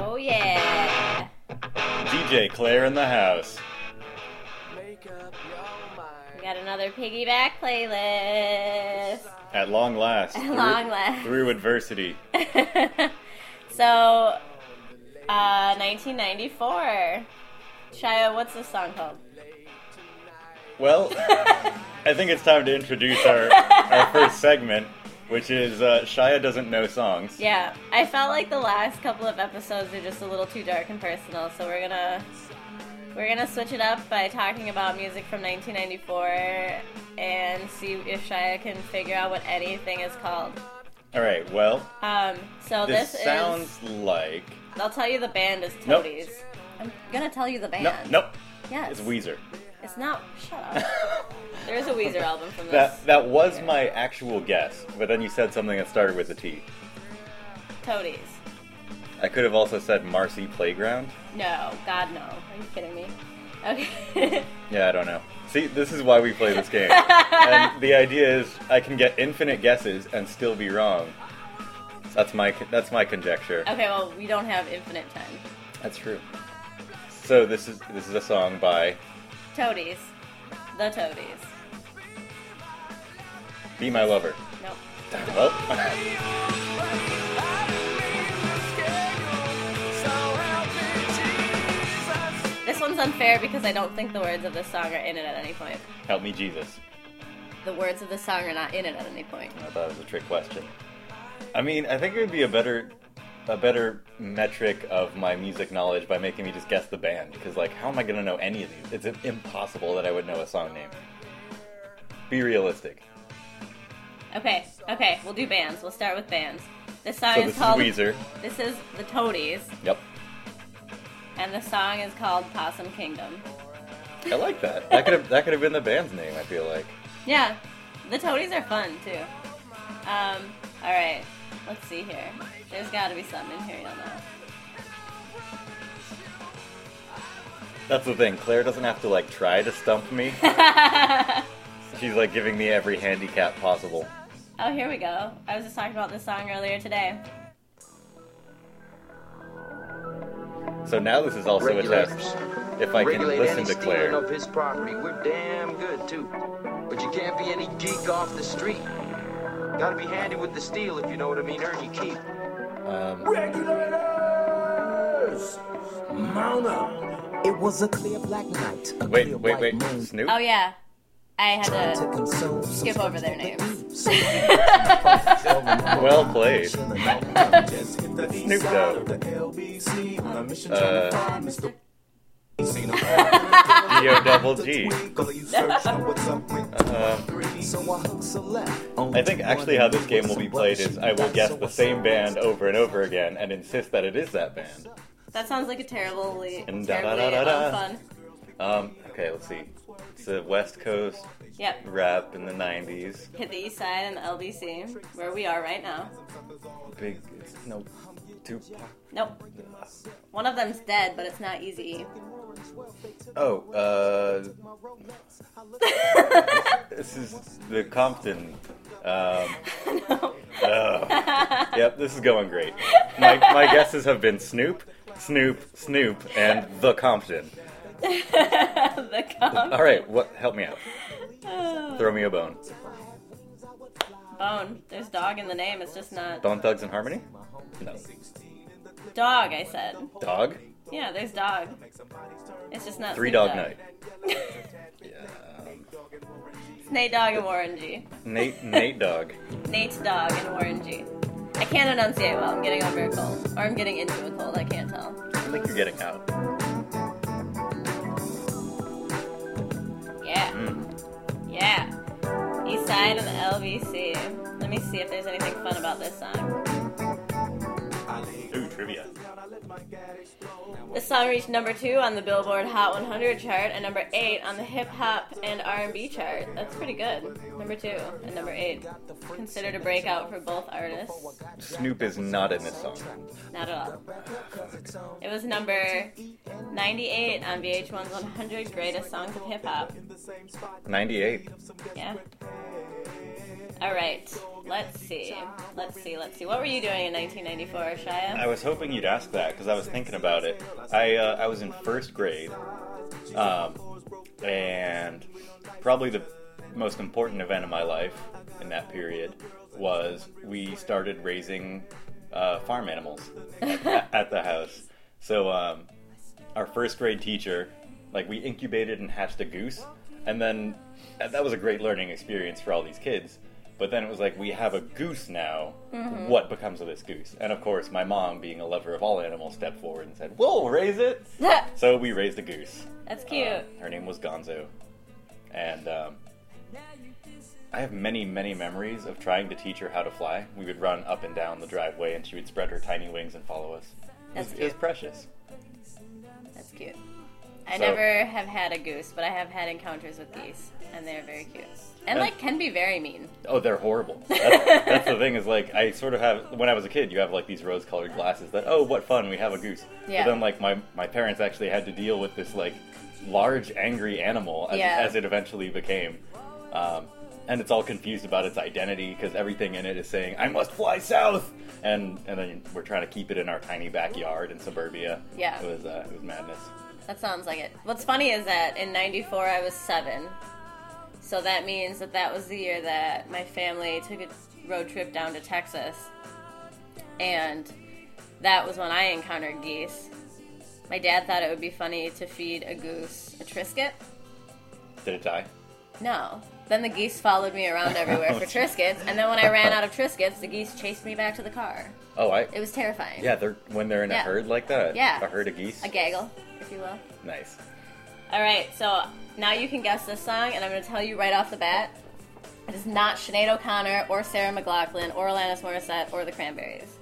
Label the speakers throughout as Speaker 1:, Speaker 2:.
Speaker 1: Oh,
Speaker 2: DJ Claire in the house.
Speaker 1: We got another piggyback playlist.
Speaker 2: At long last.
Speaker 1: At long last.
Speaker 2: Through adversity.
Speaker 1: so, uh, 1994. Shia, what's this song called?
Speaker 2: Well, I think it's time to introduce our, our first segment, which is uh, Shia Doesn't Know Songs.
Speaker 1: Yeah, I felt like the last couple of episodes are just a little too dark and personal, so we're gonna we're gonna switch it up by talking about music from 1994 and see if Shia can figure out what anything is called.
Speaker 2: All right, well,
Speaker 1: Um, so
Speaker 2: this,
Speaker 1: this,
Speaker 2: sounds like.
Speaker 1: is I'll tell you the band is
Speaker 2: Nope.
Speaker 1: Toadies. I'm gonna tell you the band.
Speaker 2: No, nope.
Speaker 1: Yes.
Speaker 2: It's Weezer.
Speaker 1: It's not. Shut up. there is a Weezer album from this.
Speaker 2: That, that was my actual guess, but then you said something that started with a T.
Speaker 1: Toadies.
Speaker 2: I could have also said Marcy Playground.
Speaker 1: No, God no. Are you kidding me? Okay.
Speaker 2: Yeah, I don't know. See, this is why we play this game. and the idea is I can get infinite guesses and still be wrong. That's my that's my conjecture.
Speaker 1: okay. Well, we don't have infinite time.
Speaker 2: That's true. So this is this is a song by
Speaker 1: Toadies. The Toadies.
Speaker 2: Be My Lover.
Speaker 1: Nope.
Speaker 2: Well,
Speaker 1: This one's unfair because I don't think the words of this song are in it at any point.
Speaker 2: help me Jesus.
Speaker 1: The words of this song are not in it at any point.
Speaker 2: I thought it was a trick question. I mean, I think it would be a better a better metric of my music knowledge by making me just guess the band because like how am I going to know any of these? It's impossible that I would know a song name. Be realistic.
Speaker 1: Okay. Okay. We'll do bands. We'll start with bands. This song
Speaker 2: So
Speaker 1: is
Speaker 2: this is
Speaker 1: called.
Speaker 2: Weezer.
Speaker 1: This is the Toadies,
Speaker 2: Yep.
Speaker 1: and the song is called Possum Kingdom.
Speaker 2: I like that. That could have that could have been the band's name. I feel like.
Speaker 1: Yeah, the toadies are fun too. Um, all right, let's see here. There's got to be something in here you'll know.
Speaker 2: That's the thing. Claire doesn't have to like try to stump me. She's like giving me every handicap possible.
Speaker 1: Oh, here we go. I was just talking about this song earlier today.
Speaker 2: So now this is also a test.
Speaker 3: Regulators.
Speaker 2: If I can
Speaker 3: Regulate
Speaker 2: listen
Speaker 3: any
Speaker 2: to
Speaker 3: stealing
Speaker 2: Claire.
Speaker 3: of his property. We're damn good too. But you can't be any geek off the street. Gotta be handy with the steel if you know what I mean. Earn your keep.
Speaker 2: Um,
Speaker 4: Regulators! Mount up!
Speaker 5: It was a clear black night. A
Speaker 2: wait,
Speaker 5: clear
Speaker 2: wait,
Speaker 5: white
Speaker 2: wait.
Speaker 5: moon.
Speaker 2: Snoop.
Speaker 1: Oh yeah, I had
Speaker 5: Trying to
Speaker 1: to.
Speaker 5: console some
Speaker 1: skip over their
Speaker 5: friends
Speaker 1: names.
Speaker 5: with the E.
Speaker 2: Well played.
Speaker 5: Chilling out,
Speaker 4: Just hit the
Speaker 2: Snoop
Speaker 4: east
Speaker 2: Dogg.
Speaker 4: side of the LBC on a mission
Speaker 2: Uh.
Speaker 4: trying to find Mr. Seen him all
Speaker 2: D-O double G. Uh, um,
Speaker 4: Gonna you search know what's up with
Speaker 5: So I hooks a left.
Speaker 2: I think actually how this game will be played is I will guess the same band over and over again and insist that it is that band.
Speaker 1: That sounds like a terribly,
Speaker 2: And
Speaker 1: terribly
Speaker 2: da- da- da- da- da.
Speaker 1: unfun.
Speaker 2: Um, okay, let's see. It's a West Coast
Speaker 1: Yep.
Speaker 2: rap in the 90s.
Speaker 1: Hit the east side and the LBC, where we are right now.
Speaker 2: Big, no, Tupac.
Speaker 1: Nope. One of them's dead, but it's not easy.
Speaker 2: Oh, uh. this is the Compton. Um, oh. Yep, this is going great. My, my guesses have been Snoop, Snoop, Snoop, and the Compton.
Speaker 1: the com-
Speaker 2: All right, what? Help me out. Throw me a bone.
Speaker 1: bone. There's dog in the name. It's just not
Speaker 2: Bone Thugs and Harmony? No.
Speaker 1: dog. I said.
Speaker 2: Dog?
Speaker 1: Yeah, there's dog. It's just not
Speaker 2: Three
Speaker 1: Snoop
Speaker 2: Dog Night. um,
Speaker 1: Nate Dog and Warren G.
Speaker 2: Nate Nate Dog.
Speaker 1: Nate's Dog and Warren G. I can't enunciate well. I'm getting over a cold, or I'm getting into a cold. I can't tell.
Speaker 2: I think you're getting out.
Speaker 1: Yeah. Yeah. East Side of the LBC. Let me see if there's anything fun about this song.
Speaker 2: Ooh, trivia.
Speaker 1: This song reached number two on the Billboard Hot 100 chart and number eight on the Hip Hop and R&B chart. That's pretty good. Number two and number eight, considered a breakout for both artists.
Speaker 2: Snoop is not in this song.
Speaker 1: Not at all. It was number 98 on VH1's 100 Greatest Songs of Hip Hop.
Speaker 2: 98.
Speaker 1: Yeah. All right. Let's see. Let's see. Let's see. What were you doing in 1994,
Speaker 2: I
Speaker 1: Shia?
Speaker 2: was hoping you'd ask that because I was thinking about it. I uh, I was in first grade, um, and probably the most important event of my life in that period was we started raising uh, farm animals at, at the house. So um, our first grade teacher, like we incubated and hatched a goose, and then and that was a great learning experience for all these kids. But then it was like we have a goose now.
Speaker 1: Mm-hmm.
Speaker 2: What becomes of this goose? And of course, my mom, being a lover of all animals, stepped forward and said, "We'll raise it." so we raised a goose.
Speaker 1: That's cute.
Speaker 2: Um, her name was Gonzo, and um, I have many, many memories of trying to teach her how to fly. We would run up and down the driveway, and she would spread her tiny wings and follow us. It was,
Speaker 1: That's
Speaker 2: it was
Speaker 1: cute.
Speaker 2: precious.
Speaker 1: That's cute. I
Speaker 2: So-
Speaker 1: never have had a goose, but I have had encounters with geese, and they're very cute. And like can be very mean.
Speaker 2: Oh, they're horrible. That's, that's the thing is like I sort of have when I was a kid, you have like these rose-colored glasses that oh, what fun, we have a goose.
Speaker 1: Yeah.
Speaker 2: But then like my my parents actually had to deal with this like large angry animal as,
Speaker 1: Yeah.
Speaker 2: as it eventually became. Um, and it's all confused about its identity because everything in it is saying I must fly south, and and then we're trying to keep it in our tiny backyard in suburbia.
Speaker 1: Yeah.
Speaker 2: It was uh, it was madness.
Speaker 1: That sounds like it. What's funny is that in 94 I was 7. So that means that that was the year that my family took a road trip down to Texas. And that was when I encountered geese. My dad thought it would be funny to feed a goose a Trisket.
Speaker 2: Did it die?
Speaker 1: No. Then the geese followed me around everywhere for Triscuits, and then when I ran out of Triscuits, the geese chased me back to the car.
Speaker 2: Oh, I.
Speaker 1: It was terrifying.
Speaker 2: yeah, they're when they're in a
Speaker 1: Yeah.
Speaker 2: herd like that.
Speaker 1: Yeah.
Speaker 2: A herd of geese.
Speaker 1: A gaggle, if you will.
Speaker 2: Nice.
Speaker 1: All right, so now you can guess this song, and I'm going to tell you right off the bat. It is not Sinead O'Connor or Sarah McLaughlin or Alanis Morissette or the Cranberries.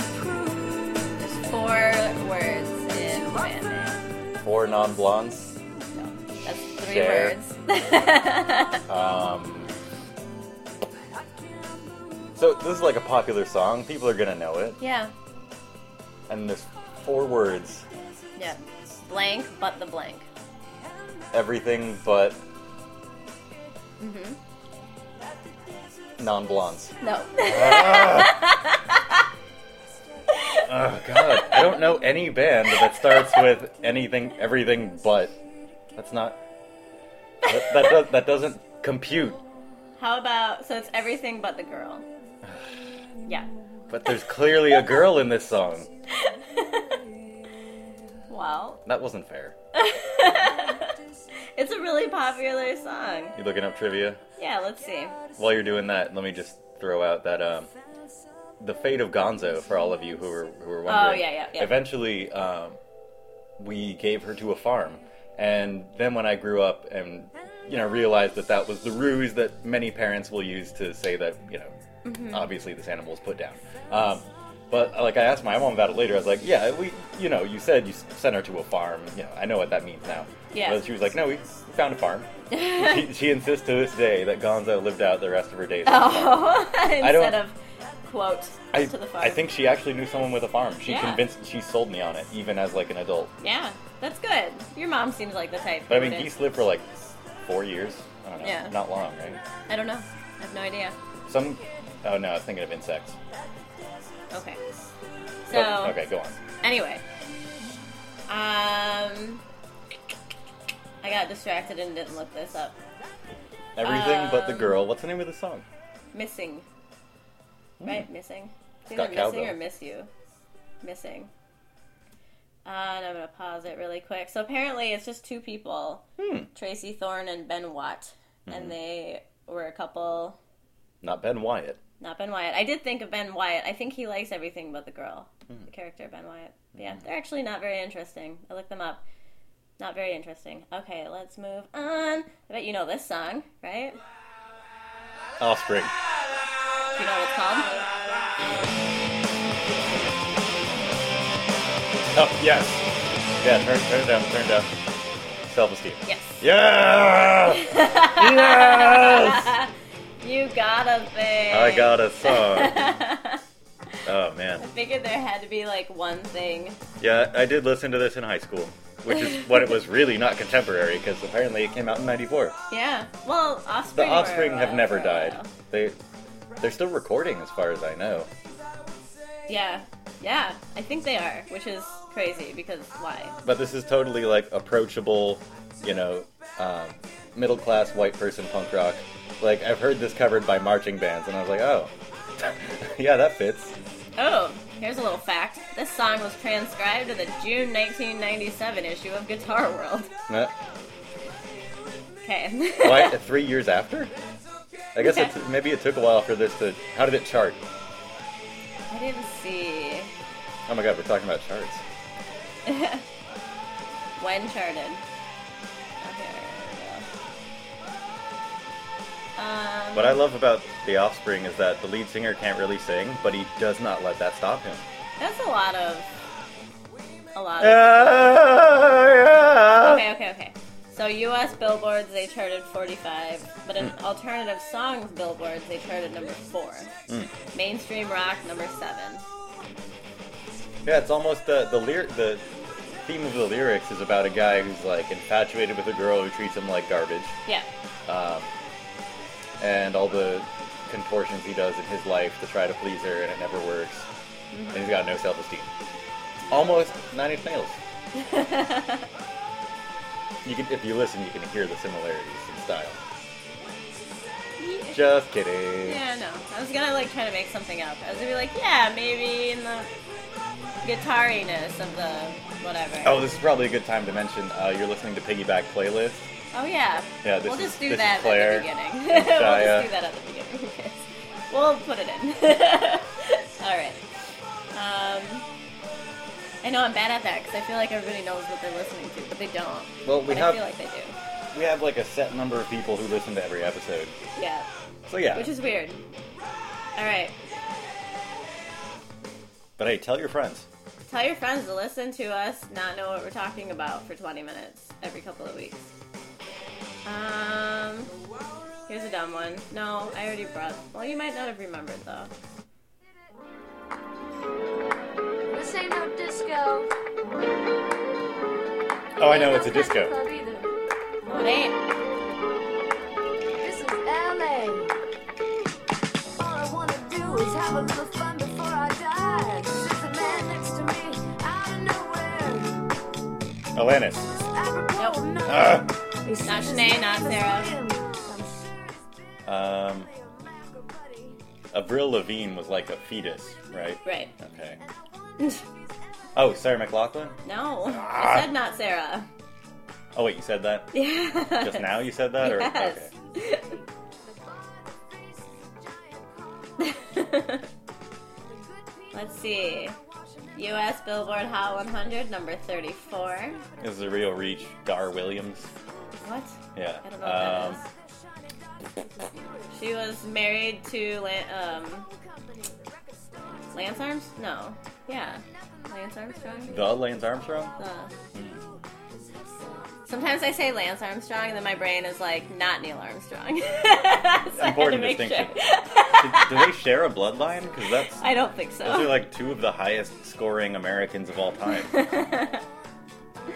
Speaker 1: There's four words in the band name.
Speaker 2: Four non-blondes.
Speaker 1: No, that's three
Speaker 2: Cher.
Speaker 1: words.
Speaker 2: Um, so this is like a popular song. People are gonna know it,
Speaker 1: yeah,
Speaker 2: and there's four words:
Speaker 1: yeah. Blank, but the blank.
Speaker 2: everything but non-blondes.
Speaker 1: No.
Speaker 2: Ah. Oh God, I don't know any band that starts with anything, everything but. That's not. That that, does, that doesn't compute.
Speaker 1: How about so it's everything but the girl. Yeah.
Speaker 2: But there's clearly a girl in this song.
Speaker 1: Well,
Speaker 2: That wasn't fair.
Speaker 1: it's a really popular song.
Speaker 2: You looking up trivia?
Speaker 1: Yeah, let's see.
Speaker 2: While you're doing that, let me just throw out that um, the fate of Gonzo for all of you who were who were wondering.
Speaker 1: Oh, yeah, yeah, yeah.
Speaker 2: Eventually, um, we gave her to a farm, and then when I grew up and you know realized that that was the ruse that many parents will use to say that you know
Speaker 1: Mm-hmm.
Speaker 2: obviously this animal was put down. Um, but like I asked my mom about it later, I was like, yeah, we you know you said you s- sent her to a farm, you know I know what that means now.
Speaker 1: Yeah.
Speaker 2: But she was like, no, we found a farm. she, she insists to this day that Gonzo lived out the rest of her days.
Speaker 1: Oh, instead
Speaker 2: don't-
Speaker 1: of quote
Speaker 2: I,
Speaker 1: to the farm.
Speaker 2: I think she actually knew someone with a farm. She
Speaker 1: Yeah.
Speaker 2: convinced she sold me on it, even as like an adult.
Speaker 1: Yeah, that's good. Your mom seems like the type.
Speaker 2: But I
Speaker 1: who
Speaker 2: mean,
Speaker 1: would-
Speaker 2: geese live for like four years. I don't know.
Speaker 1: Yeah.
Speaker 2: Not long, right?
Speaker 1: I don't know. I have no idea.
Speaker 2: Some. Oh no, I was thinking of insects.
Speaker 1: Okay. So
Speaker 2: But- Oh, okay, go on.
Speaker 1: Anyway, um, I got distracted and didn't look this up.
Speaker 2: Everything but the
Speaker 1: Um,
Speaker 2: girl. What's the name of the song?
Speaker 1: Missing. Right? Missing. It's
Speaker 2: Hmm. Got
Speaker 1: either missing
Speaker 2: cowbell.
Speaker 1: or miss you. Missing. Uh, and I'm going to pause it really quick. So apparently it's just two people
Speaker 2: Hmm,
Speaker 1: Tracy Thorne and Ben Watt.
Speaker 2: Mm-hmm.
Speaker 1: And they were a couple.
Speaker 2: Not Ben Wyatt.
Speaker 1: Not Ben Wyatt. I did think of Ben Wyatt. I think he likes everything but the girl,
Speaker 2: Mm.
Speaker 1: the character Ben Wyatt. But
Speaker 2: Mm-hmm.
Speaker 1: yeah, they're actually not very interesting. I looked them up. Not very interesting. Okay, let's move on. I bet you know this song, right?
Speaker 2: Offspring.
Speaker 1: Do you know what it's called?
Speaker 2: Oh yes. Yeah. Turn, turn it down. Turn it down. Self-esteem.
Speaker 1: Yes.
Speaker 2: Yeah. yes.
Speaker 1: You got a thing.
Speaker 2: I got a song. Oh man.
Speaker 1: Figured there had to be like one thing.
Speaker 2: Yeah, I did listen to this in high school, which is what it was really not contemporary because apparently it came out in '94.
Speaker 1: Yeah. Well,
Speaker 2: The
Speaker 1: offspring. were
Speaker 2: Offspring have
Speaker 1: around
Speaker 2: never
Speaker 1: for a while.
Speaker 2: died. They they're still recording, as far as I know.
Speaker 1: Yeah. Yeah. I think they are, which is crazy because why?
Speaker 2: But this is totally like approachable, you know, um, middle class white person punk rock. Like I've heard this covered by marching bands, and I was like, oh, yeah, that fits.
Speaker 1: Oh, here's a little fact. This song was transcribed to the June 1997 issue of Guitar World.
Speaker 2: Uh,
Speaker 1: Okay.
Speaker 2: Why three years after? I guess
Speaker 1: Okay.
Speaker 2: it, maybe it took a while for this to. How did it chart?
Speaker 1: I didn't see.
Speaker 2: Oh my god, we're talking about charts.
Speaker 1: When charted. Okay, there we go. Um,
Speaker 2: What I love about The Offspring is that the lead singer can't really sing, but he does not let that stop him.
Speaker 1: that's a lot of. A lot of.
Speaker 2: Okay.
Speaker 1: Okay, okay, okay. So U.S. billboards they charted 45, but in alternative songs billboards they charted number four. Mainstream rock number seven.
Speaker 2: Yeah, it's almost the the lyric the theme of the lyrics is about a guy who's like infatuated with a girl who treats him like garbage,
Speaker 1: Yeah,
Speaker 2: um, and all the contortions he does in his life to try to please her, and it never works. And he's got no self esteem. Almost Nine Inch Nails. you can, if you listen, you can hear the similarities in style. Just kidding.
Speaker 1: yeah, no. I was gonna like try to make something up. I was gonna be like, yeah, maybe in the guitariness of the whatever.
Speaker 2: Oh, this is probably a good time to mention uh, you're listening to Piggyback playlist.
Speaker 1: Oh yeah.
Speaker 2: Yeah, this
Speaker 1: we'll
Speaker 2: is-
Speaker 1: just do
Speaker 2: this is
Speaker 1: that at
Speaker 2: Claire
Speaker 1: the beginning.
Speaker 2: and
Speaker 1: we'll just
Speaker 2: Shia.
Speaker 1: do that at the beginning. Yes. We'll put it in. All right. Um, I know I'm bad at that because I feel like everybody knows what they're listening to, but they don't.
Speaker 2: Well, we
Speaker 1: But
Speaker 2: have-
Speaker 1: I feel like they do.
Speaker 2: We have like a set number of people who listen to every episode.
Speaker 1: Yeah.
Speaker 2: So yeah.
Speaker 1: Which is weird. All right.
Speaker 2: But hey, tell your friends.
Speaker 1: Tell your friends to listen to us, not know what we're talking about for 20 minutes every couple of weeks. Um, here's a dumb one. No, I already brought. Well, you might not have remembered though.
Speaker 6: This ain't no disco.
Speaker 2: Oh, I know it's a
Speaker 6: Ain't no country
Speaker 2: disco.
Speaker 6: club either.
Speaker 1: Well, it ain't.
Speaker 6: This is LA. All I wanna do is have a little fun before I die. There's a man next to me out of nowhere.
Speaker 2: Alanis.
Speaker 6: Apropos of nothing.
Speaker 2: Ah.
Speaker 6: He says
Speaker 1: Not
Speaker 6: his
Speaker 1: Sinead, not
Speaker 6: name is
Speaker 1: Sarah.
Speaker 6: Jim. I'm sure it's
Speaker 2: Um,
Speaker 6: Jim, like a buddy.
Speaker 2: Avril Lavigne was like a fetus, right?
Speaker 1: Right.
Speaker 2: Okay. Oh, Sarah McLaughlin?
Speaker 1: No.
Speaker 2: Ah.
Speaker 1: I said not Sarah.
Speaker 2: Oh, wait, you said that?
Speaker 1: Yeah.
Speaker 2: Just now you said that? Or,
Speaker 1: Yes. Let's see. US Billboard Hot 100, number 34.
Speaker 2: Okay. This is a real reach. Dar Williams.
Speaker 1: What?
Speaker 2: Yeah.
Speaker 1: I don't know what
Speaker 2: um,
Speaker 1: that is. Um, She was married to Lan- um, Lance Arms? No. Yeah. Lance Armstrong?
Speaker 2: The Lance Armstrong?
Speaker 1: Uh, Sometimes I say Lance Armstrong, and then my brain is like, not Neil Armstrong. So I had to
Speaker 2: Important
Speaker 1: make sure.
Speaker 2: distinction. do, do they share a bloodline? Because that's.
Speaker 1: I don't think so.
Speaker 2: Those are like two of the highest scoring Americans of all time.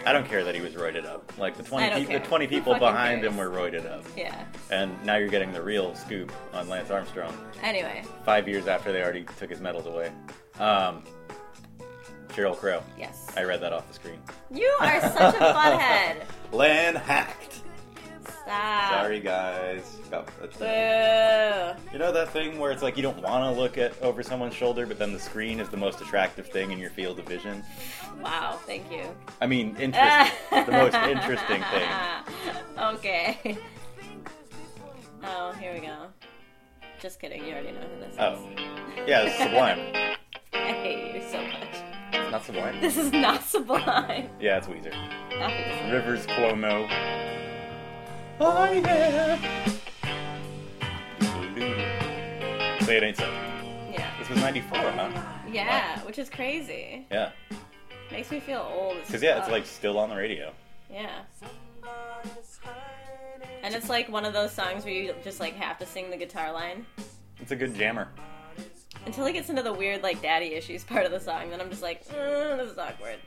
Speaker 2: I don't care that he was roided up. Like the
Speaker 1: I don't
Speaker 2: twenty, pe-
Speaker 1: care.
Speaker 2: the twenty
Speaker 1: Who
Speaker 2: people
Speaker 1: fucking
Speaker 2: behind
Speaker 1: cares?
Speaker 2: him were roided up,
Speaker 1: yeah.
Speaker 2: and now you're getting the real scoop on Lance Armstrong.
Speaker 1: Anyway,
Speaker 2: Five years after they already took his medals away. Um, Cheryl Crow.
Speaker 1: yes.
Speaker 2: I read that off the screen.
Speaker 1: You are such a butthead.
Speaker 2: Land hacked.
Speaker 1: Stop.
Speaker 2: Sorry guys. Got- that's-
Speaker 1: Ah. Boo.
Speaker 2: You know that thing where it's like you don't want to look at over someone's shoulder, but then the screen is the most attractive thing in your field of vision.
Speaker 1: Wow, thank you.
Speaker 2: I mean, interesting. the most interesting thing.
Speaker 1: okay. Oh, here we go. Just kidding, you already know who this
Speaker 2: Oh,
Speaker 1: is.
Speaker 2: yeah, it's Sublime.
Speaker 1: I hate you so much.
Speaker 2: It's not Sublime.
Speaker 1: This is not sublime.
Speaker 2: Yeah, it's Weezer.
Speaker 1: Obviously.
Speaker 2: Rivers Cuomo. Oh yeah. Say it ain't so.
Speaker 1: Yeah.
Speaker 2: This was '94, huh?
Speaker 1: Yeah, which is crazy.
Speaker 2: Yeah,
Speaker 1: Makes me feel old. as
Speaker 2: because yeah, it's
Speaker 1: fuck.
Speaker 2: like still on the radio.
Speaker 1: Yeah. And it's like one of those songs where you just like have to sing the guitar line.
Speaker 2: It's a good jammer.
Speaker 1: Until he gets into the weird, like, daddy issues part of the song, then I'm just like, mm, this is awkward.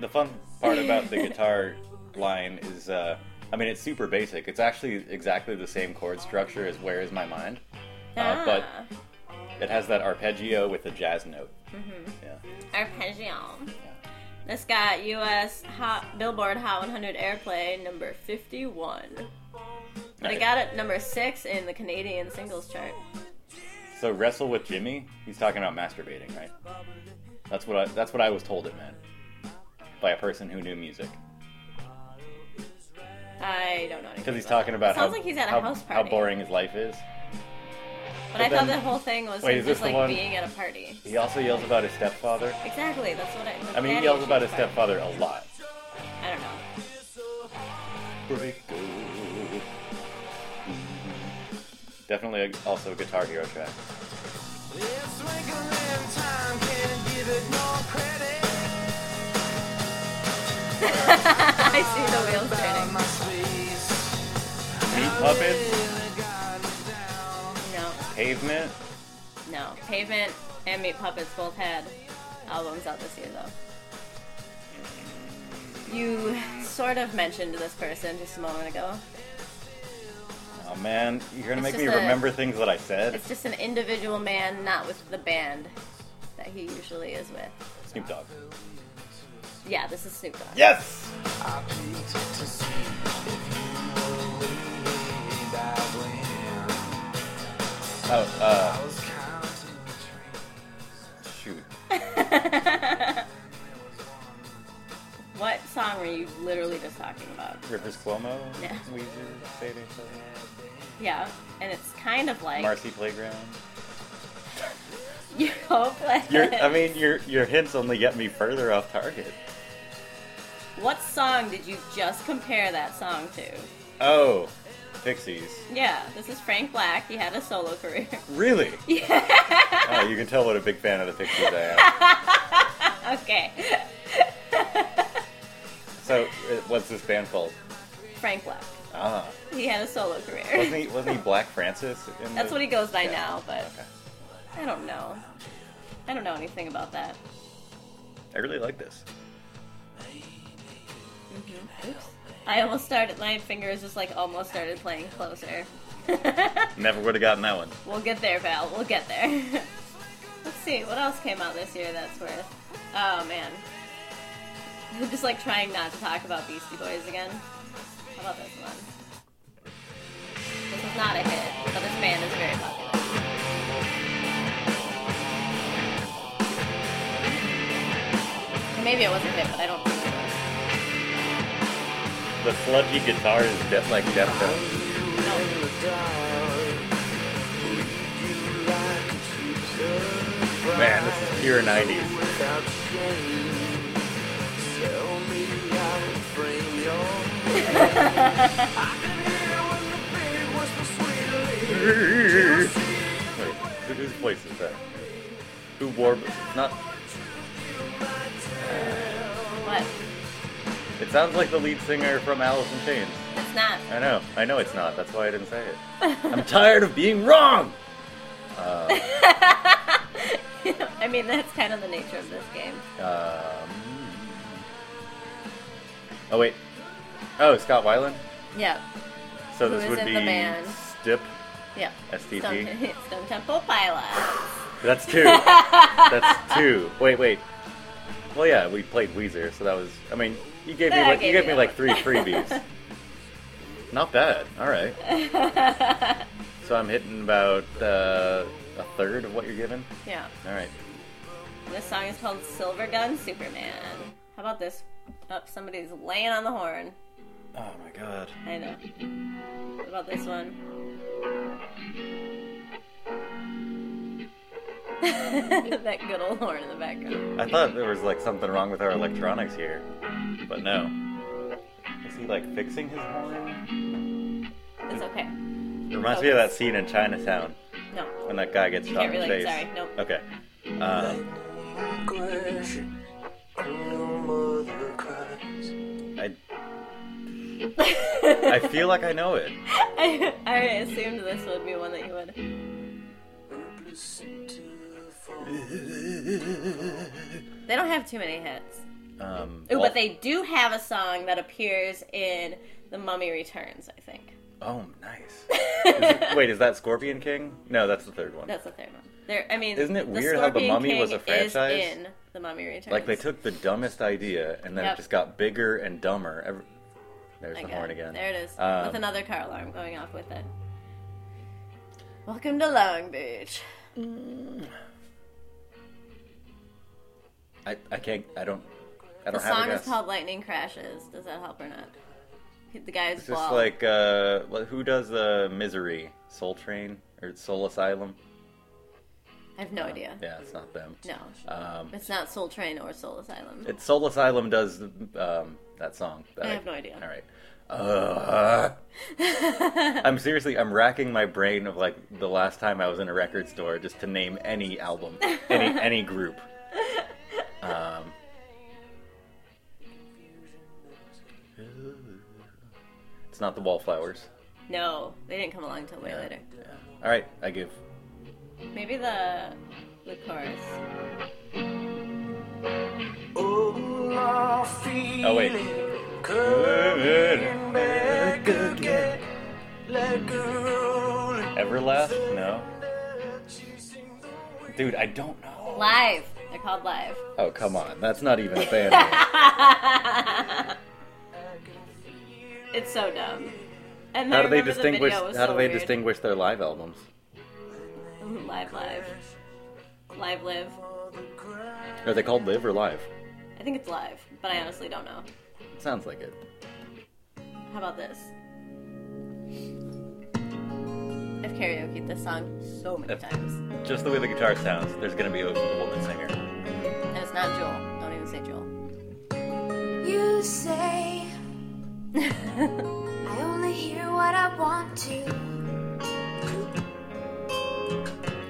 Speaker 2: The fun part about the guitar line is, uh, I mean, it's super basic. It's actually exactly the same chord structure as "Where Is My Mind," uh, but
Speaker 1: Ah,
Speaker 2: it has that arpeggio with a jazz note. Yeah.
Speaker 1: Ah, arpeggio. This got U.S. Hot Billboard Hot 100 airplay number 51. But
Speaker 2: Nice.
Speaker 1: it got it number six in the Canadian singles chart.
Speaker 2: So wrestle with Jimmy. He's talking about masturbating, right? That's what I, that's what I was told it meant by a person who knew music.
Speaker 1: I don't know. anything
Speaker 2: Because he's
Speaker 1: about
Speaker 2: talking about
Speaker 1: Sounds
Speaker 2: how,
Speaker 1: like he's at a
Speaker 2: how,
Speaker 1: house
Speaker 2: how
Speaker 1: party.
Speaker 2: boring his life is.
Speaker 1: But I thought
Speaker 2: then-
Speaker 1: the whole thing was
Speaker 2: Wait,
Speaker 1: him
Speaker 2: is this
Speaker 1: just
Speaker 2: the
Speaker 1: like
Speaker 2: one-
Speaker 1: being at a party.
Speaker 2: He also yells about his stepfather.
Speaker 1: Exactly, that's what I.
Speaker 2: I mean, he
Speaker 1: daddy
Speaker 2: yells about his
Speaker 1: issues part.
Speaker 2: stepfather a lot.
Speaker 1: I don't know.
Speaker 2: Definitely a, also a Guitar Hero track.
Speaker 1: I see the wheels turning.
Speaker 2: Meat Puppets,
Speaker 1: Oh. No,
Speaker 2: Pavement.
Speaker 1: no. Pavement and Meat Puppets both had albums out this year, though. You sort of mentioned this person just a moment ago.
Speaker 2: Oh man, you're gonna
Speaker 1: It's
Speaker 2: make me
Speaker 1: just a-
Speaker 2: remember things that I said.
Speaker 1: It's just an individual man, not with the band that he usually is with.
Speaker 2: Snoop Dogg.
Speaker 1: Yeah, this is Snoop Dogg.
Speaker 2: Yes. Oh, uh. Shoot.
Speaker 1: What song were you literally just talking about?
Speaker 2: Rivers Cuomo.
Speaker 1: Yeah.
Speaker 2: Weezer. Fading.
Speaker 1: Yeah, and it's kind of like
Speaker 2: Marcy Playground.
Speaker 1: you hope that.
Speaker 2: Your, I mean, your your hints only get me further off target.
Speaker 1: what song did you just compare that song to?
Speaker 2: Oh, Pixies.
Speaker 1: Yeah, this is Frank Black. He had a solo career.
Speaker 2: Really? Yeah. Oh, you can tell what a big fan of the Pixies I am.
Speaker 1: okay,
Speaker 2: So, uh, what's this band called?
Speaker 1: Frank Black.
Speaker 2: Ah,
Speaker 1: He had a solo
Speaker 2: wasn't
Speaker 1: career.
Speaker 2: he wasn't he Black Francis? In
Speaker 1: That's
Speaker 2: the-
Speaker 1: what he goes by
Speaker 2: Yeah.
Speaker 1: now, but
Speaker 2: Okay.
Speaker 1: I don't know. I don't know anything about that.
Speaker 2: I really like this.
Speaker 1: I almost started. My fingers just like almost started playing closer.
Speaker 2: Never would have gotten that one.
Speaker 1: We'll get there, Val. We'll get there. Let's see what else came out this year that's worth. Oh man, I'm just like trying not to talk about Beastie Boys again. How about this one? This is not a hit, but this band is very popular. Or Maybe it was a hit, but I don't think it was.
Speaker 2: The sludgy guitar is de- like Deftones. Man, this is pure '90s. Wait, who- whose voice is that? Who wore? It's not.
Speaker 1: What?
Speaker 2: It sounds like the lead singer from Alice in Chains.
Speaker 1: It's not.
Speaker 2: I know. I know it's not. That's why I didn't say it. I'm tired of being wrong.
Speaker 1: I mean, that's kind of the nature of this game.
Speaker 2: Um, oh wait. Oh, Scott Weiland.
Speaker 1: Yeah.
Speaker 2: So
Speaker 1: Who
Speaker 2: this
Speaker 1: is
Speaker 2: would
Speaker 1: in
Speaker 2: be
Speaker 1: the band?
Speaker 2: Stip.
Speaker 1: Yeah.
Speaker 2: STP?
Speaker 1: Stone, Stone Temple Pilots.
Speaker 2: That's two. That's two. Wait, wait. Well, yeah, we played Weezer, so that was. I mean, you gave me
Speaker 1: Yeah, I
Speaker 2: like you
Speaker 1: gave
Speaker 2: gave
Speaker 1: you
Speaker 2: me
Speaker 1: that
Speaker 2: like
Speaker 1: one.
Speaker 2: three freebies. Not bad. All right. so I'm hitting about uh, a third of what you're given.
Speaker 1: Yeah.
Speaker 2: All right.
Speaker 1: This song is called Silver Gun Superman. How about this? Oh, somebody's laying on the horn.
Speaker 2: Oh my god.
Speaker 1: I know. What about this one? that good old horn in the background.
Speaker 2: I thought there was like something wrong with our electronics here, but no. Is he like fixing his horn?
Speaker 1: It's okay.
Speaker 2: It reminds me of that scene in Chinatown
Speaker 1: No.
Speaker 2: when that guy gets shot
Speaker 1: Can't
Speaker 2: in the
Speaker 1: relate,
Speaker 2: face.
Speaker 1: sorry, nope.
Speaker 2: Okay. Um, I I feel like I know it.
Speaker 1: I, I assumed this would be one that you would. They don't have too many hits.
Speaker 2: Um,
Speaker 1: Ooh,
Speaker 2: well-
Speaker 1: but they do have a song that appears in The Mummy Returns, I think.
Speaker 2: Oh, nice. Is it- wait, is that Scorpion King? No, that's the third one.
Speaker 1: That's the third one. There, I mean,
Speaker 2: Isn't it
Speaker 1: the
Speaker 2: weird how The
Speaker 1: Scorpion
Speaker 2: Mummy
Speaker 1: King
Speaker 2: was a
Speaker 1: is
Speaker 2: franchise?
Speaker 1: in The Mummy Returns.
Speaker 2: Like they took the dumbest idea and then
Speaker 1: Yep.
Speaker 2: it just got bigger and dumber. Every... There's
Speaker 1: There
Speaker 2: the
Speaker 1: you go.
Speaker 2: horn again.
Speaker 1: There it is.
Speaker 2: Um,
Speaker 1: with another car alarm going off with it. Welcome to Long Beach.
Speaker 2: I, I can't. I don't. I
Speaker 1: The
Speaker 2: don't have a
Speaker 1: song is
Speaker 2: guess.
Speaker 1: called Lightning Crashes. Does that help or not? The guy's
Speaker 2: It's just
Speaker 1: bald.
Speaker 2: like uh, what- who does the misery? Soul Train or Soul Asylum?
Speaker 1: I have no idea.
Speaker 2: Yeah, it's not them.
Speaker 1: No.
Speaker 2: Um,
Speaker 1: It's not Soul Train or Soul Asylum.
Speaker 2: it's Soul Asylum does um, that song.
Speaker 1: I have no idea.
Speaker 2: All right. Uh, I'm seriously, I'm racking my brain of like the last time I was in a record store just to name any album, any any group. Um, it's not the Wallflowers.
Speaker 1: No, they didn't come along till way later.
Speaker 2: Yeah. All right, I give.
Speaker 1: Maybe the the chorus.
Speaker 2: Oh wait. Everlast? No. Dude, I don't know.
Speaker 1: Live. They're called live.
Speaker 2: Oh come on, that's not even a band. name.
Speaker 1: It's so dumb. And
Speaker 2: how
Speaker 1: I
Speaker 2: do
Speaker 1: remember
Speaker 2: they
Speaker 1: the
Speaker 2: distinguish?
Speaker 1: video was
Speaker 2: How
Speaker 1: so
Speaker 2: do they
Speaker 1: weird.
Speaker 2: distinguish their live albums?
Speaker 1: Ooh, Live, live, live, live.
Speaker 2: Are they called Live or Live?
Speaker 1: I think it's live, but I honestly don't know.
Speaker 2: Sounds like it.
Speaker 1: How about this? I've karaoke this song so many
Speaker 2: Yep.
Speaker 1: times,
Speaker 2: Just the way the guitar sounds, there's gonna be a woman singer.
Speaker 1: and it's not Joel. Don't even say Joel.
Speaker 6: You say I only hear what I want to.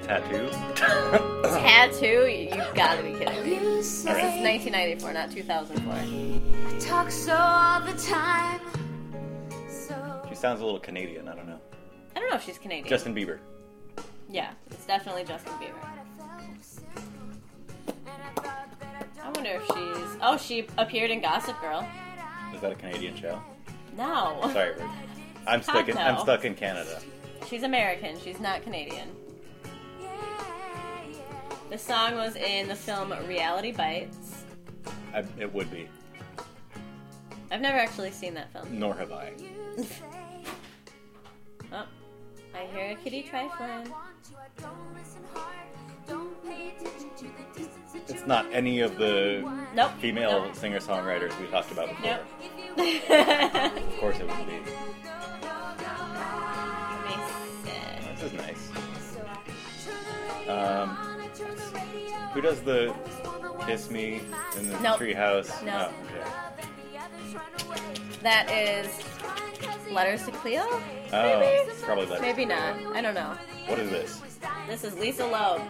Speaker 2: Tattoo?
Speaker 1: Tattoo? You have gotta be kidding me.
Speaker 6: You
Speaker 1: This is
Speaker 6: say
Speaker 1: 1994, not 2004.
Speaker 6: I talk so all the time. So
Speaker 2: she sounds a little Canadian, I don't know.
Speaker 1: I don't know if she's Canadian.
Speaker 2: Justin Bieber.
Speaker 1: Yeah, it's definitely Justin Bieber. I wonder if she's. Oh, she appeared in Gossip Girl.
Speaker 2: Is that a Canadian show?
Speaker 1: No.
Speaker 2: Sorry, Rick. I'm stuck in
Speaker 1: no.
Speaker 2: I'm stuck in Canada.
Speaker 1: She's American. She's not Canadian. The song was in the film Reality Bites.
Speaker 2: I, it would be.
Speaker 1: I've never actually seen that film.
Speaker 2: Nor have I.
Speaker 1: Oh, I hear a kitty trifling.
Speaker 2: It's not any of the
Speaker 1: Nope.
Speaker 2: female singer songwriters we talked about before.
Speaker 1: Nope. Nope.
Speaker 2: Of course it would be.
Speaker 1: Mason.
Speaker 2: This is nice. Um, who does the Kiss Me in the
Speaker 1: Nope.
Speaker 2: Treehouse?
Speaker 1: No.
Speaker 2: Oh,
Speaker 1: That is Letters to Cleo?
Speaker 2: okay. Oh, it's probably that.
Speaker 1: Maybe not. I don't know.
Speaker 2: What is this?
Speaker 1: This is Lisa Loeb.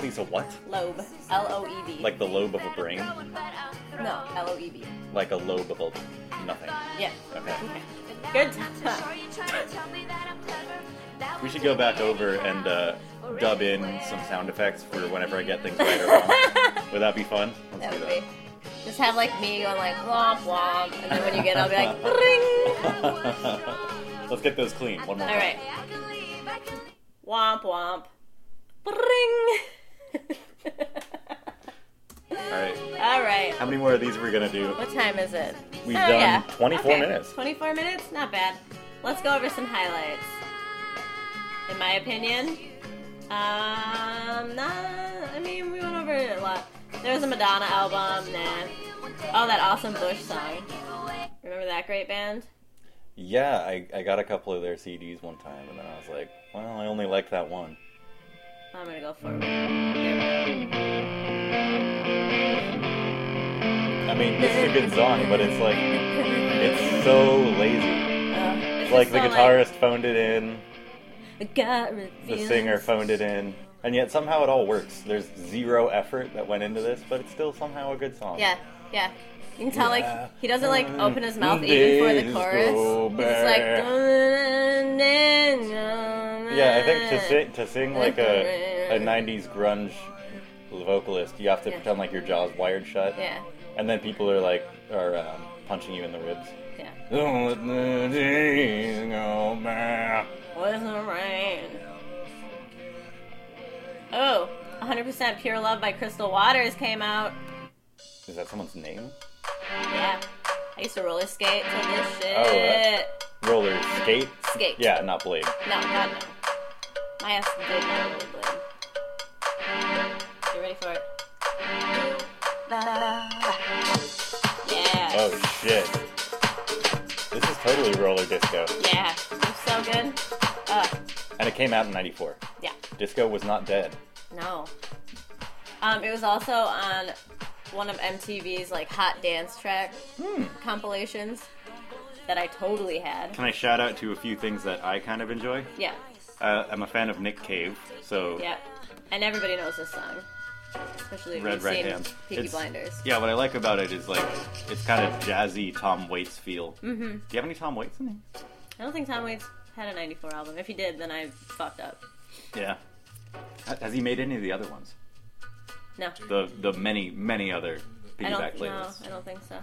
Speaker 2: Lisa, what?
Speaker 1: Loeb. L O E B.
Speaker 2: Like the lobe of a brain?
Speaker 1: no, L O E B.
Speaker 2: Like a lobe of a nothing.
Speaker 1: Yeah.
Speaker 2: Okay.
Speaker 1: Good time.
Speaker 2: We should go back over and uh, dub in some sound effects for whenever I get things right or wrong. Would that be fun? Let's
Speaker 1: That
Speaker 2: do
Speaker 1: would be. Just have like me going like womp womp, and then when you get, I'll be like ring.
Speaker 2: that. Let's get those clean. One more
Speaker 1: All
Speaker 2: time.
Speaker 1: right. Womp womp. Ring.
Speaker 2: All right.
Speaker 1: All right.
Speaker 2: How many more of these are we gonna do?
Speaker 1: What time is it? Oh,
Speaker 2: We've done 24 minutes.
Speaker 1: 24 minutes? Not bad. Let's go over some highlights. In my opinion, um, nah, I mean, we went over it a lot. There was a Madonna album, nah. Oh, that awesome Bush song. Remember that great band?
Speaker 2: Yeah, I, I got a couple of their CDs one time, and then I was like, well, I only like that one.
Speaker 1: I'm gonna go forward. There we go.
Speaker 2: I mean, this is a good song, but it's like it's so lazy.
Speaker 1: Uh, it's
Speaker 2: It's like
Speaker 1: just
Speaker 2: the
Speaker 1: so,
Speaker 2: guitarist phoned it in,
Speaker 1: I got
Speaker 2: the
Speaker 1: revealed.
Speaker 2: singer phoned it in, and yet somehow it all works. There's zero effort that went into this, but it's still somehow a good song.
Speaker 1: Yeah, yeah. You can tell,
Speaker 2: Yeah.
Speaker 1: like, he doesn't, like, open his mouth even
Speaker 2: Days
Speaker 1: for the chorus.
Speaker 2: go
Speaker 1: He's just like,
Speaker 2: by.
Speaker 1: yeah,
Speaker 2: Yeah, I think to sing to sing like a a '90s grunge vocalist, you have to
Speaker 1: Yeah.
Speaker 2: pretend like your jaw's wired shut,
Speaker 1: Yeah,
Speaker 2: and then people are like are um, punching you in the ribs.
Speaker 1: yeah.
Speaker 2: Don't let the days go by.
Speaker 1: Was the rain? Oh, 100% Pure Love by Crystal Waters came out.
Speaker 2: Is that someone's name?
Speaker 1: Yeah. I used to roller skate to this shit.
Speaker 2: Oh, that- Roller skate.
Speaker 1: Skate.
Speaker 2: Yeah, not Blade.
Speaker 1: No, God, no. My ass did not really bled. You ready for it? Da, da, da, da. Yeah.
Speaker 2: Oh shit. This is totally roller disco,
Speaker 1: Yeah. You're so good. Uh,
Speaker 2: and it came out in '94.
Speaker 1: yeah.
Speaker 2: Disco was not dead.
Speaker 1: No. Um, it was also on one of MTV's like hot dance track
Speaker 2: Hmm.
Speaker 1: compilations that I totally had.
Speaker 2: Can I shout out to a few things that I kind of enjoy?
Speaker 1: Yeah.
Speaker 2: Uh, I'm a fan of Nick Cave, so
Speaker 1: Yeah. And everybody knows this song. Especially if
Speaker 2: Red
Speaker 1: you've
Speaker 2: Right
Speaker 1: seen
Speaker 2: Hand.
Speaker 1: Peaky
Speaker 2: It's-
Speaker 1: Blinders.
Speaker 2: yeah. What I like about it is like it's kind of jazzy Tom Waits feel. Mm-hmm. Do you have any Tom Waits in there?
Speaker 1: I don't think Tom Waits had a 94 album. If he did, then I fucked up.
Speaker 2: Yeah. Ha- Has he made any of the other ones?
Speaker 1: No.
Speaker 2: The the many many other
Speaker 1: I don't
Speaker 2: piggyback
Speaker 1: no,
Speaker 2: playlists.
Speaker 1: I don't think so.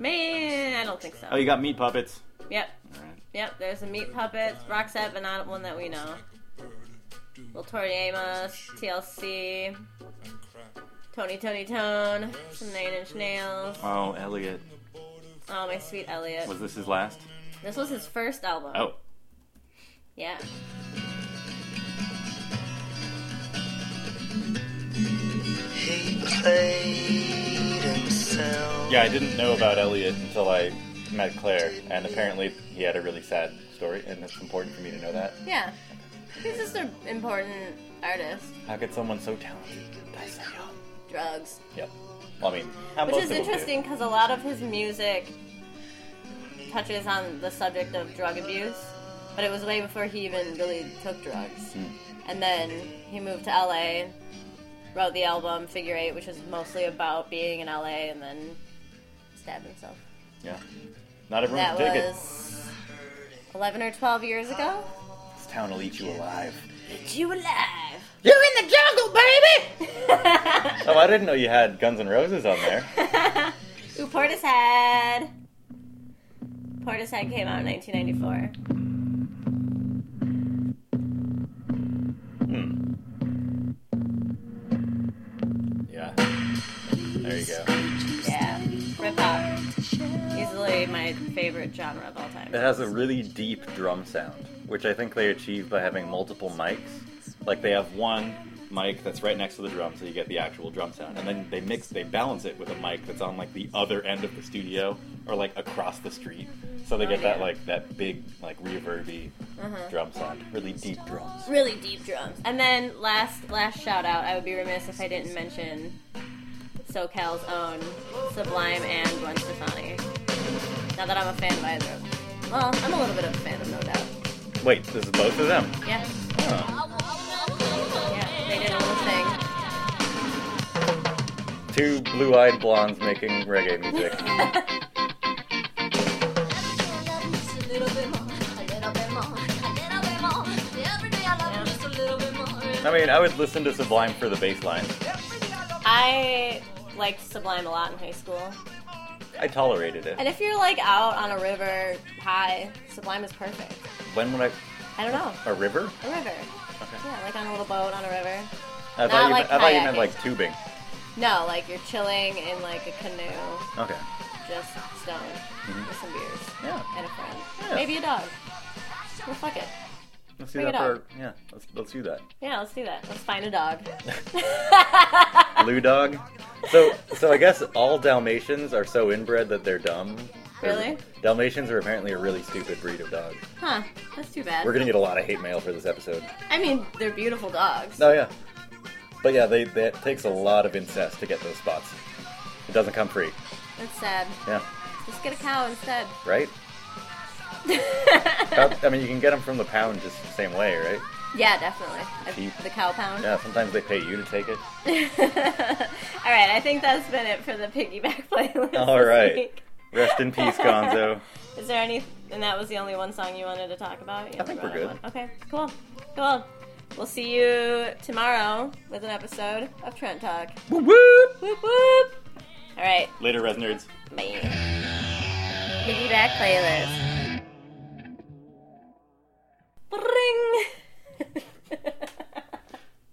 Speaker 1: Man, I don't think so.
Speaker 2: Oh, you got meat puppets.
Speaker 1: Yep.
Speaker 2: All right.
Speaker 1: Yep, there's the Meat Puppets, Roxette, but not one that we know. Little Tori Amos, TLC, Tony Tony Tone, some Nine Inch Nails,
Speaker 2: Oh, Elliot,
Speaker 1: Oh My Sweet Elliot.
Speaker 2: was this his last?
Speaker 1: This was his first album.
Speaker 2: Oh,
Speaker 1: Yeah.
Speaker 7: He played himself.
Speaker 2: yeah. I didn't know about Elliot until I met Claire, and apparently he had a really sad story, and it's important for me to know that.
Speaker 1: Yeah. He's just an important artist.
Speaker 2: How could someone so talented die so young?
Speaker 1: Drugs.
Speaker 2: Yep. Well, I mean, how
Speaker 1: Which
Speaker 2: most
Speaker 1: is
Speaker 2: people do.
Speaker 1: interesting because a lot of his music touches on the subject of drug abuse, but it was way before he even really took drugs.
Speaker 2: Hmm.
Speaker 1: And then he moved to LA, wrote the album Figure Eight, which is mostly about being in LA, and then stabbed himself.
Speaker 2: Yeah. Not everyone
Speaker 1: That
Speaker 2: can Oh, dig
Speaker 1: was 11 or 12 years ago.
Speaker 2: it. This town will eat you alive.
Speaker 1: It's you alive!
Speaker 2: You're in the jungle, baby!
Speaker 1: Who
Speaker 2: oh, I didn't know you had Guns N' Roses on there.
Speaker 1: Portishead? Portishead came out in 1994.
Speaker 2: Hmm. Yeah. There you go.
Speaker 1: Yeah, rip hop. Easily my favorite genre of all time.
Speaker 2: It has a really deep drum sound, which I think they achieve by having multiple mics. Like they have one mic that's right next to the drum, so you get the actual drum sound, and then they mix, they balance it with a mic that's on like the other end of the studio or like across the street, so they
Speaker 1: Oh,
Speaker 2: get that
Speaker 1: yeah.
Speaker 2: like that big like reverby drum sound, really deep drums.
Speaker 1: Really deep drums. And then last last shout out, I would be remiss if I didn't mention SoCal's own Sublime and Gwen Stefani. Not that I'm a fan of either of them. Well, I'm a little bit of a fan of No Doubt.
Speaker 2: Wait, this is both of them.
Speaker 1: Yeah,
Speaker 2: Oh.
Speaker 1: yeah, they did a little thing.
Speaker 2: Two blue-eyed blondes making reggae music. I mean, I would listen to Sublime for the bass line.
Speaker 1: I liked Sublime a lot in high school.
Speaker 2: I tolerated it.
Speaker 1: And if you're like out on a river high, Sublime is perfect.
Speaker 2: When would I?
Speaker 1: I don't know.
Speaker 2: A river?
Speaker 1: A river. Yeah, like on a little boat on a river.
Speaker 2: I
Speaker 1: Not
Speaker 2: thought, you,
Speaker 1: like
Speaker 2: I thought you meant
Speaker 1: kayaking.
Speaker 2: like tubing.
Speaker 1: No, like you're chilling in like a canoe,
Speaker 2: Okay.
Speaker 1: just stone with some beers
Speaker 2: Yeah.
Speaker 1: and a friend,
Speaker 2: Mm-hmm. Yeah.
Speaker 1: maybe a dog. Well, fuck it.
Speaker 2: Let's do
Speaker 1: Bring
Speaker 2: that
Speaker 1: it
Speaker 2: for
Speaker 1: up.
Speaker 2: yeah. Let's let's do that.
Speaker 1: Yeah, let's do that. Let's find a dog.
Speaker 2: Blue dog. So so I guess all Dalmatians are so inbred that they're dumb.
Speaker 1: Really?
Speaker 2: Dalmatians are apparently a really stupid breed of dog.
Speaker 1: huh? That's too bad.
Speaker 2: We're gonna get a lot of hate mail for this episode.
Speaker 1: I mean, they're beautiful dogs.
Speaker 2: Oh yeah. But yeah, they that takes a lot of incest to get those spots. It doesn't come free.
Speaker 1: That's sad.
Speaker 2: Yeah.
Speaker 1: Just get a cow instead.
Speaker 2: Right? About- I mean, you can get them from the pound just the same way, right?
Speaker 1: Yeah, definitely. I-
Speaker 2: Cheap.
Speaker 1: The cow pound.
Speaker 2: Yeah. Sometimes they pay you to take it.
Speaker 1: All right, I think that's been it for the piggyback playlist.
Speaker 2: All
Speaker 1: this
Speaker 2: right.
Speaker 1: week.
Speaker 2: Rest in peace, Gonzo.
Speaker 1: Is there any? And that was the only one song you wanted to talk about. You
Speaker 2: I think
Speaker 1: only
Speaker 2: we're
Speaker 1: brought up
Speaker 2: good.
Speaker 1: one. Okay, cool, cool. We'll see you tomorrow with an episode of Trent Talk.
Speaker 2: Woo woo!
Speaker 1: Whoop whoop! All right,
Speaker 2: Later, Res Nerds.
Speaker 1: bye. Piggyback playlist. Bring.